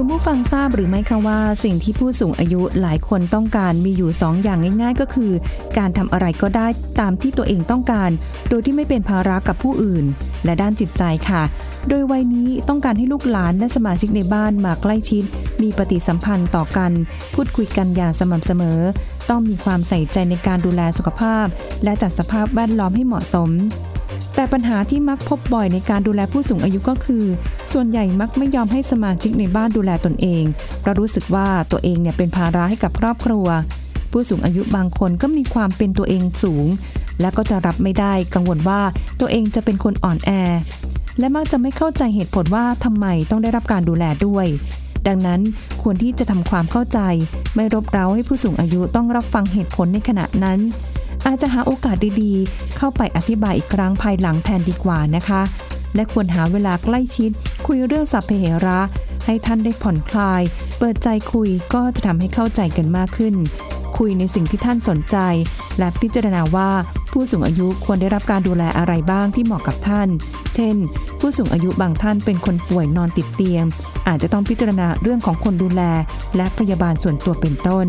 [SPEAKER 2] คุณผู้ฟังทราบหรือไม่คะว่าสิ่งที่ผู้สูงอายุหลายคนต้องการมีอยู่ 2 อย่างง่าย ๆ ก็คือ การทำอะไรก็ได้ตามที่ตัวเองต้องการ โดยที่ไม่เป็นภาระกับผู้อื่น และด้านจิตใจค่ะ โดยวัยนี้ต้องการให้ลูกหลานและสมาชิกในบ้านมาใกล้ชิด มีปฏิสัมพันธ์ต่อกัน พูดคุยกันอย่างสม่ำเสมอ ต้องมีความใส่ใจในการดูแลสุขภาพ และจัดสภาพแวดล้อมให้เหมาะสม แต่ปัญหาที่มักพบบ่อยในการดูแลผู้สูงอายุก็คือ ส่วนใหญ่มักไม่ยอมให้สมาชิกในบ้านดูแลตนเองเพราะรู้สึกว่าตัวเองเนี่ยเป็นภาระให้กับครอบครัว ผู้สูงอายุบางคนก็มีความเป็นตัวเองสูง และก็จะรับไม่ได้กังวลว่าตัวเองจะเป็นคนอ่อนแอ และมักจะไม่เข้าใจเหตุผลว่าทำไมต้องได้รับการดูแลด้วย ดังนั้นควรที่จะทำความเข้าใจ ไม่รบเร้าให้ผู้สูงอายุต้องรับฟังเหตุผลในขณะนั้น อาจจะหาโอกาสดีๆ เข้าไปอธิบายอีกครั้งภายหลังแทนดีกว่านะคะ และควรหาเวลาใกล้ชิด คุยเรื่องสัพเพเหระ ให้ท่านได้ผ่อนคลาย เปิดใจคุยก็จะทำให้เข้าใจกันมากขึ้น คุยในสิ่งที่ท่านสนใจ และพิจารณาว่าผู้สูงอายุควรได้รับการดูแลอะไรบ้างที่เหมาะกับท่าน เช่น ผู้สูงอายุบางท่านเป็นคนป่วยนอนติดเตียง อาจจะต้องพิจารณาเรื่องของคนดูแล และพยาบาลส่วนตัวเป็นต้น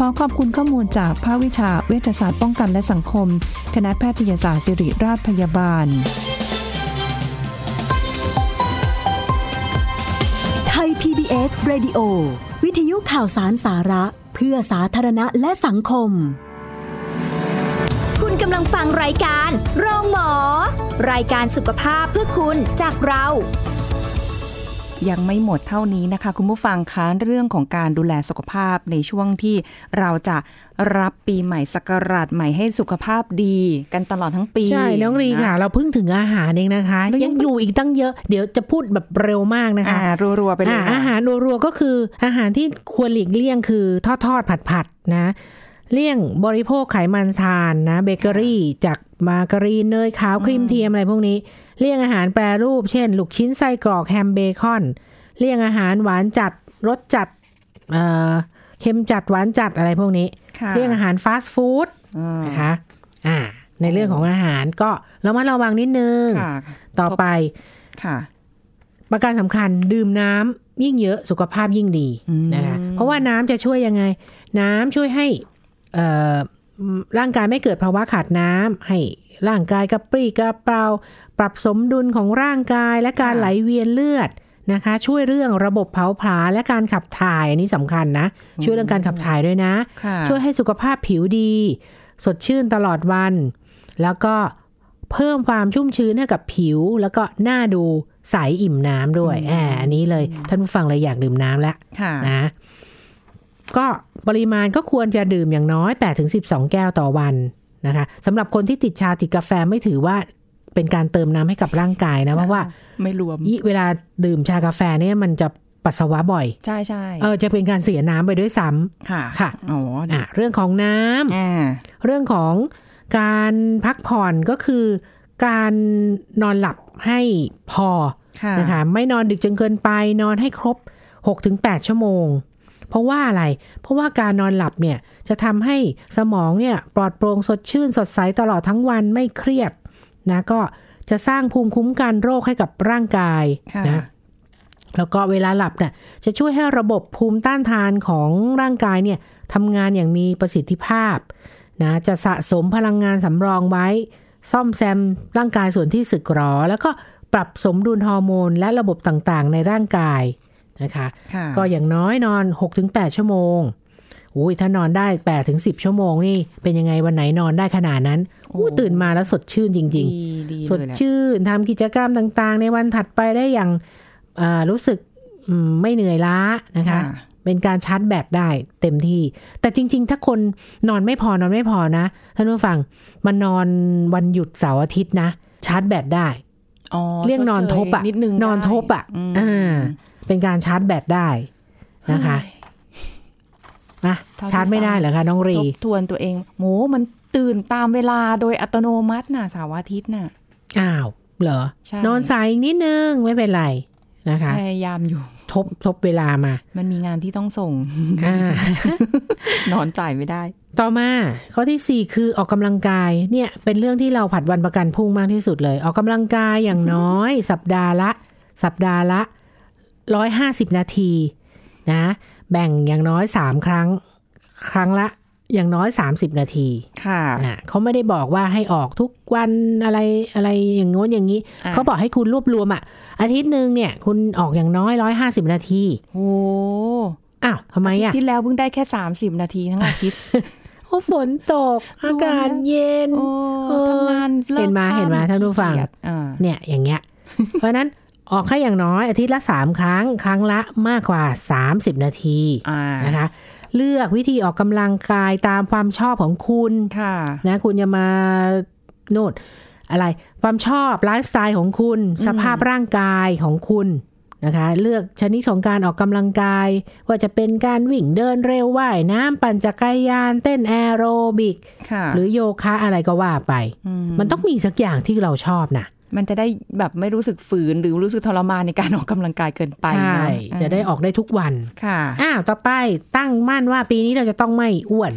[SPEAKER 2] ขอขอบคุณข้อมูลจากภาควิชาเวชศาสตร์ป้องกันและสังคม คณะแพทยศาสตร์ศิริราชพยาบาล
[SPEAKER 5] ไทย PBS Radio วิทยุข่าวสารสาระ เพื่อสาธารณะและสังคม
[SPEAKER 1] คุณกำลังฟังรายการโรงหมอ รายการสุขภาพเพื่อคุณจากเรา
[SPEAKER 2] ยังไม่หมดเท่านี้นะคะ คุณผู้ฟังคะเรื่องของการดูแลสุขภาพในช่วงที่เราจะรับปีใหม่สักราชใหม่ให้สุขภาพดีกันตลอดทั้งปี
[SPEAKER 3] ใช่ น้องรีค่ะ
[SPEAKER 2] น
[SPEAKER 3] เราเพิ่งถึงอาหารเองนะคะ
[SPEAKER 2] เรายั
[SPEAKER 3] ยัง งอยู่อีกตั้งเยอะ เดี๋ยวจะพูดแบบเร็วมากนะคะ
[SPEAKER 2] อ่ารัวๆไปเลย
[SPEAKER 3] อ่ะอาหารรัวๆก็คืออาหารที่ควรหลีกเลี่ยงคือทอดทอดผัดผัดๆนะ เลี่ยงบริโภคไขมันทานนะเบเกอรี่ จากมาการีนเนยขาวครีมเทียมอะไรพวกนี้ เลี่ยงอาหารแปรรูป เช่น ลูกชิ้นไส้กรอกแฮมเบคอน เลี่ยงอาหารหวานจัดรสจัดเอ่อเค็มจัดหวานจัดอะไรพวกนี้
[SPEAKER 2] ค่ะ
[SPEAKER 3] เลี่ยงอาหารฟาสต์ฟู้ด
[SPEAKER 2] อืม
[SPEAKER 3] นะคะอ่าในเรื่องของอาหารก็ระมัดระวังนิดนึง
[SPEAKER 2] ค่ะ
[SPEAKER 3] ต่อไป
[SPEAKER 2] ค่ะ
[SPEAKER 3] ประการสำคัญดื่มน้ำยิ่งเยอะสุขภาพยิ่งดีนะคะเพราะว่าน้ำจะช่วยยังไง น้ำช่วยให้เอ่อร่างกายไม่เกิดภาวะขาดน้ำให้ร่างกายกระปรี้กระเปร่าปรับสมดุลของร่างกายและการ
[SPEAKER 2] ค่ะ
[SPEAKER 3] ไหลเวียนเลือดนะคะ ช่วยเรื่องระบบเผาผลาญและการขับถ่ายอันนี้สำคัญนะ ช่วยเรื่องการขับถ่ายด้วยนะ
[SPEAKER 2] ค่ะ
[SPEAKER 3] ช่วยให้สุขภาพผิวดี สดชื่นตลอดวัน แล้วก็เพิ่มความชุ่มชื้นให้กับผิว แล้วก็หน้าดูใสอิ่มน้ำด้วยแอบอันนี้เลยท่านผู้ฟังเลยอยากดื่มน้ำแล้ว
[SPEAKER 2] ค่ะ
[SPEAKER 3] นะก็ปริมาณก็ควรจะดื่มอย่างน้อย 8-12 แก้วต่อวันนะคะสำหรับคนที่ติดชาติดกาแฟไม่ถือว่าเป็นการเติมน้ำให้กับร่างกายนะเพราะว่า
[SPEAKER 2] ไม่รวม
[SPEAKER 3] ยี่เวลาดื่มชากาแฟเนี่ยมันจะ ปัสสาวะบ่อย
[SPEAKER 2] ใช่ใช่
[SPEAKER 3] เออจะเป็นการเสียน้ำไปด้วยซ้ำ
[SPEAKER 2] ค่ะ
[SPEAKER 3] ค่ะ
[SPEAKER 2] อ๋อ
[SPEAKER 3] อ่ะเรื่องของน้ำ
[SPEAKER 2] อ่า
[SPEAKER 3] เรื่องของการพักผ่อนก็คือ การนอนหลับให้พอ
[SPEAKER 2] ค่ะ
[SPEAKER 3] นะคะไม่นอนดึกจนเกินไปนอนให้ครบ 6-8 ชั่วโมง เพราะว่าอะไร เพราะว่าการนอนหลับเนี่ยจะทำให้สมองเนี่ยปลอดโปร่งสดชื่นสดใสตลอดทั้งวันไม่เครียดนะก็จะสร้างภูมิคุ้มกันโรคให้กับร่างกาย
[SPEAKER 2] ค่ะ
[SPEAKER 3] นะ แล้วก็เวลาหลับเนี่ยจะช่วยให้ระบบภูมิต้านทานของร่างกายเนี่ยทำงานอย่างมีประสิทธิภาพนะจะสะสมพลังงานสำรองไว้ ซ่อมแซมร่างกายส่วนที่สึกหรอ แล้วก็ปรับสมดุลฮอร์โมน และระบบต่างๆ ในร่างกายนะคะ
[SPEAKER 2] ค่ะ
[SPEAKER 3] ก็อย่างน้อยนอน 6-8 ชั่วโมงอุ้ยถ้านอนได้ 8-10 ชั่วโมงนี่เป็นยังไงวันไหนนอนได้ขนาดนั้นอู้ตื่นมาแล้วสดชื่นจริง ๆ
[SPEAKER 2] ดีดี
[SPEAKER 3] สด
[SPEAKER 2] เลยแหละ
[SPEAKER 3] ชื่นทำกิจกรรมต่างๆ ในวันถัดไปได้อย่างเอ่อรู้สึกอืมไม่เหนื่อยล้านะคะ เป็นการชาร์จแบตได้เต็มที่ แต่จริง ๆ ถ้าคนนอนไม่พอนอนไม่พอนะท่านผู้ฟังมันนอนวันหยุดเสาร์อาทิตย์นะ ชาร์จแบตได้
[SPEAKER 2] อ๋อ
[SPEAKER 3] เรียกนอนทบอะ
[SPEAKER 2] ชดเชยนิดนึง
[SPEAKER 3] นอน
[SPEAKER 2] ได้
[SPEAKER 3] ทบอะ
[SPEAKER 2] ม
[SPEAKER 3] อ่า เป็นการชาร์จแบตได้นะคะนะ
[SPEAKER 2] เท่ที่
[SPEAKER 3] ชาร์จไม่ได้เหรอคะน้องรี
[SPEAKER 2] ทบทวนตัวเองโหมมันตื่นตามเวลาโดยอัตโนมัติน่ะเสาวอาทิตย์น่ะ
[SPEAKER 3] อ้าวเหรอ
[SPEAKER 2] ใช่
[SPEAKER 3] นอนสายอีกนิดนึงไม่เป็นไรนะคะ
[SPEAKER 2] พยายามอยู่
[SPEAKER 3] ทบทบเวลามา
[SPEAKER 2] มันมีงานที่ต้องส่ง (laughs)
[SPEAKER 3] อ่า
[SPEAKER 2] นอนจ่ายไม่ได้
[SPEAKER 3] ต่อมาข้อที่ 4 คือออกกำลังกายเนี่ยเป็นเรื่องที่เราผัดวันประกันพรุ่งมากที่สุดเลย ออกกำลังกายอย่างน้
[SPEAKER 2] (laughs)
[SPEAKER 3] อย สัปดาห์ละ สัปดาห์ละ 150 นาทีนะแบ่งอย่างน้อย 3 ครั้ง ครั้งละอย่างน้อย 30 นาที
[SPEAKER 2] ค่ะ
[SPEAKER 3] อ่ะเขาไม่ได้บอกว่าให้ออกทุกวันอะไรอะไรอย่างโน้นอย่างนี้
[SPEAKER 2] อ่ะ
[SPEAKER 3] เขาบอกให้คุณรวบรวมอะอาทิตย์หนึ่งเนี่ยคุณออกอย่างน้อย 150 นาที
[SPEAKER 2] โอ้
[SPEAKER 3] อ้าวทำไมอะ
[SPEAKER 2] ที่แล้วเพิ่งได้แค่ 30 นาทีทั้งอาทิตย์
[SPEAKER 3] โอ้ฝนตก อากาศเย็น
[SPEAKER 2] โอ้ทำงานลิก
[SPEAKER 3] เห็นมา
[SPEAKER 2] ค่ำ
[SPEAKER 3] เห็นมาท่านผู้ฟัง
[SPEAKER 2] ขี้เกียจอ่า
[SPEAKER 3] เนี่ยอย่างเงี้ย
[SPEAKER 2] (laughs)
[SPEAKER 3] เพราะฉะนั้นออกแค่อย่างน้อยอาทิตย์ละ 3 ครั้ง ครั้งละมากกว่า 30 นาที
[SPEAKER 2] อ่า
[SPEAKER 3] นะคะ เลือกวิธีออกกำลังกายตามความชอบของคุณ
[SPEAKER 2] ค่ะ
[SPEAKER 3] นะคุณจะมาโน่นอะไรความชอบไลฟ์สไตล์ของคุณ สภาพร่างกายของคุณนะคะ เลือกชนิดของการออกกำลังกาย ว่าจะเป็นการวิ่งเดินเร็วว่ายน้ำปั่นจักรยานเต้นแอโรบิก
[SPEAKER 2] ค่ะ
[SPEAKER 3] หรือโยคะอะไรก็ว่าไป
[SPEAKER 2] ม
[SPEAKER 3] มันต้องมีสักอย่างที่เราชอบนะ
[SPEAKER 2] มันจะได้แบบไม่รู้สึกฝืนหรือรู้สึกทรมานในการออกกำลังกายเกินไป
[SPEAKER 3] ใช่
[SPEAKER 2] นะ
[SPEAKER 3] จะได้ออกได้ทุกวัน
[SPEAKER 2] ค่ะ
[SPEAKER 3] อ้าว ต่อไปตั้งมั่นว่าปีนี้เราจะต้องไม่อ้
[SPEAKER 2] (laughs)
[SPEAKER 3] วน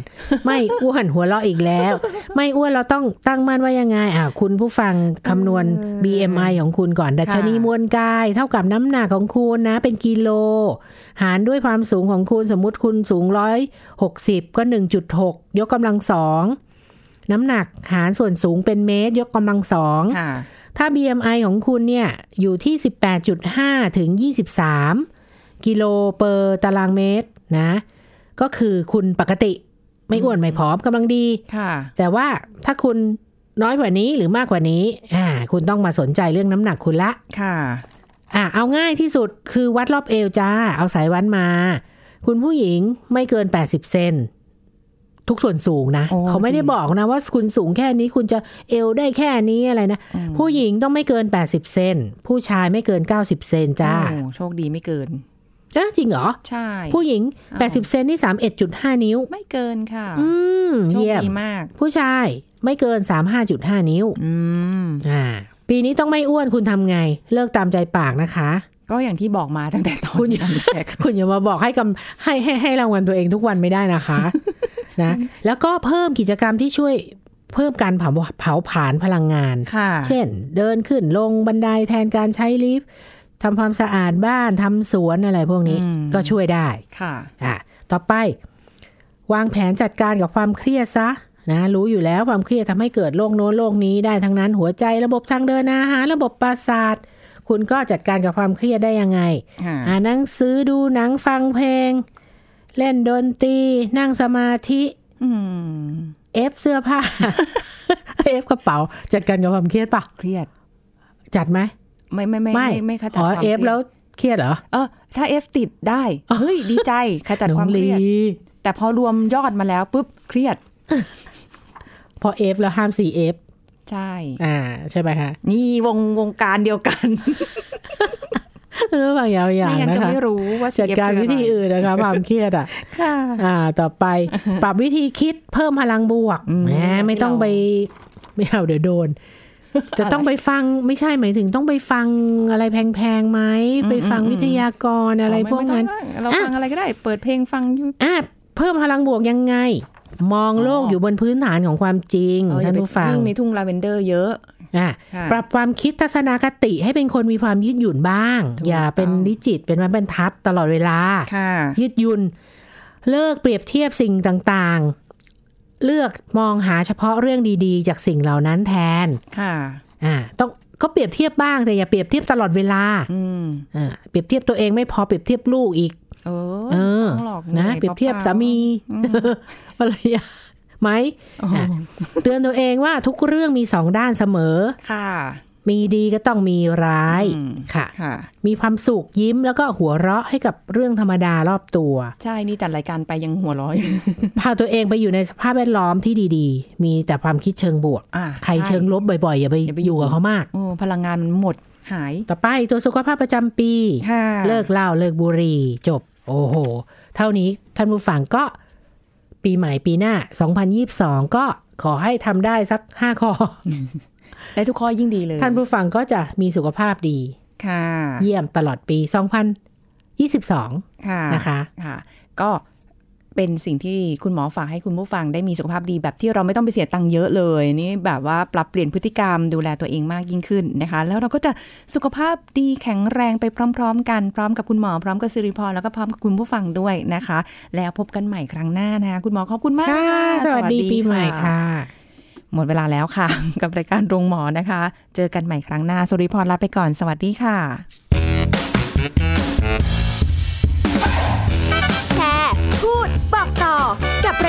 [SPEAKER 3] ไม่อ้วนหัวเราะอีกแล้ว ไม่อ้วนเราต้องตั้งมั่นว่ายังไงอ่าคุณผู้ฟังคำนวณ BMI ของคุณก่อน ดัชนีมวลกาย เท่ากับน้ำหนักของคุณนะ เป็นกิโล หารด้วยความสูงของคุณสมมุติคุณสูงร้อยหกสิบก็หนึ่งจุดหกยกกำลังสองน้ำหนักหารส่วนสูงเป็นเมตร ยกกำลังสอง
[SPEAKER 2] ค่ะ
[SPEAKER 3] ถ้า BMI ของคุณเนี่ยอยู่ที่ 18.5 ถึง 23 กิโลเปอร์ตารางเมตรนะ ก็คือคุณปกติไม่อ้วนไม่ผอมกำลังดี
[SPEAKER 2] ค่ะ
[SPEAKER 3] แต่ว่าถ้าคุณน้อยกว่านี้หรือมากกว่านี้อ่าคุณต้องมาสนใจเรื่องน้ำหนักคุณละ
[SPEAKER 2] ค่ะ
[SPEAKER 3] อ่าเอาง่ายที่สุดคือวัดรอบเอวจ้า เอาสายวัดมา คุณผู้หญิงไม่เกิน 80 เซนทุกส่วนสูงนะ
[SPEAKER 2] โอ้
[SPEAKER 3] เขาไม่ได้
[SPEAKER 2] ดี
[SPEAKER 3] บอกนะว่าคุณสูงแค่นี้คุณจะเอวได้แค่นี้อะไรนะ
[SPEAKER 2] อืม
[SPEAKER 3] ผู้หญิงต้องไม่เกิน 80 เซน ผู้ชายไม่เกิน 90 เซนจ้า
[SPEAKER 2] โอ้โชคดีไม่เกิน
[SPEAKER 3] เอ๊ะจริงเหรอ
[SPEAKER 2] ใช่
[SPEAKER 3] ผู้หญิง
[SPEAKER 2] อ้าว
[SPEAKER 3] 80 เซนนี่ 31.5 นิ้ว
[SPEAKER 2] ไม่เกินค่ะ
[SPEAKER 3] อืม
[SPEAKER 2] โชค
[SPEAKER 3] เยี่ยม
[SPEAKER 2] ดีมาก
[SPEAKER 3] ผู้ชายไม่เกิน 35.5 นิ้ว
[SPEAKER 2] อืม
[SPEAKER 3] อ่า ปีนี้ต้องไม่อ้วนคุณทำไง เลิกตามใจปากนะคะ
[SPEAKER 2] ก็อย่างที่บอกมาตั้งแต่ตอน
[SPEAKER 3] คุณ
[SPEAKER 2] นั้นแจ็ค
[SPEAKER 3] คุณอย่ามาบอกให้กำให้ให้ให้รางวัลตัวเองทุกวันไม่ได้นะคะ
[SPEAKER 2] (laughs)
[SPEAKER 3] นะ แล้วก็เพิ่มกิจกรรมที่ช่วยเพิ่มการเผาเผาผลาญพลังงาน
[SPEAKER 2] ค่ะ
[SPEAKER 3] เช่น เดินขึ้นลงบันไดแทนการใช้ลิฟต์ทำความสะอาดบ้านทำสวนอะไรพวกนี้
[SPEAKER 2] อืม
[SPEAKER 3] ก็ช่วยได้
[SPEAKER 2] ค่ะ
[SPEAKER 3] อ่ะต่อไป วางแผนจัดการกับความเครียดซะนะรู้อยู่แล้วความเครียดทำให้เกิดโรคโน้นโรคนี้ได้ทั้งนั้นหัวใจระบบทางเดินอาหารระบบประสาท คุณก็จัดการกับความเครียดได้ยังไง
[SPEAKER 2] ค่ะ
[SPEAKER 3] อ่านหนังสือดูหนังฟังเพลง เล่นดนตรีนั่งสมาธิ
[SPEAKER 2] อืม
[SPEAKER 3] เอฟเสื้อผ้า (laughs) เอฟกระเป๋า จัดการกับความเครียดปะ
[SPEAKER 2] เครียด
[SPEAKER 3] จัดไหม
[SPEAKER 2] ไม่ไม่ไม่ไม่ไม่ขจัด
[SPEAKER 3] อ๋อ
[SPEAKER 2] ความ
[SPEAKER 3] เอฟ
[SPEAKER 2] ครียด
[SPEAKER 3] แล้วเครียดเหรอ
[SPEAKER 2] เออถ้าเอฟติดได้ เฮ้ย ดีใจขจัดความ
[SPEAKER 3] น้อง
[SPEAKER 2] เค
[SPEAKER 3] ลี
[SPEAKER 2] รียด แต่พอรวมยอดมาแล้วปุ๊บเครียด
[SPEAKER 3] พอเอฟแล้วห้ามสี่เอฟ
[SPEAKER 2] ใช่
[SPEAKER 3] อ่า ใช่ไหมคะ
[SPEAKER 2] นี่วงวงการเดียวกัน
[SPEAKER 3] จะรู้บางอย่างอย่าง
[SPEAKER 4] ไม่งั้น
[SPEAKER 3] นะ
[SPEAKER 4] จะ
[SPEAKER 3] คะ
[SPEAKER 4] ไม่รู้ว่า
[SPEAKER 3] จัดการวิธีอื่นนะคะความเครียดอ่ะ
[SPEAKER 4] ค่ะ
[SPEAKER 3] อ่า ต่
[SPEAKER 2] (laughs)
[SPEAKER 3] อไปปรับวิธีคิดเพิ่มพลังบวก
[SPEAKER 4] อืม
[SPEAKER 3] แหมไม่ต้องไป ไม่เอาเดี๋ยวโด
[SPEAKER 2] (laughs)
[SPEAKER 3] น จะต้องไปฟังไม่ใช่หมายถึงต้องไปฟังอะไรแพงๆไหม
[SPEAKER 2] อืม
[SPEAKER 3] ไปฟัง
[SPEAKER 2] อืม
[SPEAKER 3] วิทยากรอะไรพวกนั้น
[SPEAKER 2] เราฟังอะไรก็ได้ เปิดเพลงฟัง
[SPEAKER 3] อ่ะเพิ่มพลังบวกยังไง มองโลก
[SPEAKER 2] อ๋อ
[SPEAKER 3] อ
[SPEAKER 2] อ
[SPEAKER 3] ยู่บนพื้นฐานของความจริง
[SPEAKER 2] เอออ
[SPEAKER 3] ท่า
[SPEAKER 2] ย่าน ไป
[SPEAKER 3] ผู้ฟัง
[SPEAKER 2] วิ่งในทุ่งลาเวนเดอร์เยอะ
[SPEAKER 3] อ่ะ
[SPEAKER 2] ค่ะ
[SPEAKER 3] ปรับความคิดทัศนคติให้เป็นคนมีความยืดหยุ่นบ้าง
[SPEAKER 2] ถูก
[SPEAKER 3] อย่าเป็น
[SPEAKER 2] ต้อง
[SPEAKER 3] วิจิตรเป็นวันเป็นทัดตลอดเวลา
[SPEAKER 4] ค่ะ
[SPEAKER 3] ยืดหยุ่นเลิกเปรียบเทียบสิ่งต่างๆ เลือกมองหาเฉพาะเรื่องดีๆ จากสิ่งเหล่านั้นแทน
[SPEAKER 2] ค่ะ
[SPEAKER 3] อ่าต้องก็เปรียบเทียบบ้างแต่อย่าเปรียบเทียบตลอดเวลา
[SPEAKER 2] อืม
[SPEAKER 3] อ่าเปรียบเทียบตัวเองไม่พอเปรียบเทียบลูกอีก
[SPEAKER 2] เออ
[SPEAKER 3] เออ
[SPEAKER 2] ไม่ต้องหรอก
[SPEAKER 3] นะ
[SPEAKER 2] หอ
[SPEAKER 3] เปรียบเทียบ
[SPEAKER 2] ล่ๆ
[SPEAKER 3] สามี (laughs) ภรรยาไหม
[SPEAKER 2] โอ้โห
[SPEAKER 3] อ่ะ เตือนตัวเองว่าทุกเรื่องมีสองด้านเสมอ
[SPEAKER 2] ค่ะ
[SPEAKER 3] มีดีก็ต้องมีร้าย
[SPEAKER 2] อืม
[SPEAKER 3] ค่ะ
[SPEAKER 2] ค่ะ
[SPEAKER 3] มีความสุขยิ้มแล้วก็หัวเราะให้กับเรื่องธรรมดารอบตัว
[SPEAKER 2] ใช่นี่จัดรายการไปยังหัวเร้อย
[SPEAKER 3] พาตัวเองไปอยู่ในสภาพแวดล้อมที่ดีๆ มีแต่ความคิดเชิงบวก
[SPEAKER 2] อ่ะ
[SPEAKER 3] ใครเชิงลบบ่อยๆ อย่าไป
[SPEAKER 2] อย่าไป
[SPEAKER 3] อยู่
[SPEAKER 2] อยู่
[SPEAKER 3] กับเขามาก
[SPEAKER 2] โอ้พลังงานมันหมดหาย
[SPEAKER 3] ต่อไปตัวสุขภาพประจำปี
[SPEAKER 4] ค่ะ
[SPEAKER 3] เลิกเหล้าเลิกบุหรี่จบ โอ้โห เท่านี้ท่านผู้ฟังก็ปีใหม่ปีหน้า 2022 ก็ขอให้ทำได้สัก 5 ข้อ
[SPEAKER 2] ได้ทุกข้อยิ่งดีเลย
[SPEAKER 3] ท่านผู้ฟังก็จะมีสุขภาพดี
[SPEAKER 4] ค่ะ
[SPEAKER 3] เยี่ยมตลอดปี 2022
[SPEAKER 4] ค่ะ
[SPEAKER 3] นะคะ
[SPEAKER 2] ค่ะ ก็เป็นสิ่งที่คุณหมอฝากให้คุณผู้ฟังได้มีสุขภาพดีแบบที่เราไม่ต้องไปเสียตังค์เยอะเลย นี่แบบว่าปรับเปลี่ยนพฤติกรรมดูแลตัวเองมากยิ่งขึ้นนะคะ แล้วเราก็จะสุขภาพดีแข็งแรงไปพร้อม ๆ กันพร้อมกับคุณหมอพร้อมกับสิริพรแล้วก็พร้อมกับคุณผู้ฟังด้วยนะคะ แล้วพบกันใหม่ครั้งหน้านะคะคุณหมอขอบคุณมากน
[SPEAKER 3] ค่ะ สวัสดีปีใหม่ค่ะ
[SPEAKER 2] หมดเวลาแล้วค่ะ (laughs) กับรายการโรงหมอนะคะ เจอกันใหม่ครั้งหน้าสุริพรลาไปก่อนสวัสดีค่ะ
[SPEAKER 1] แชร์ พูด บอกต่อ กับร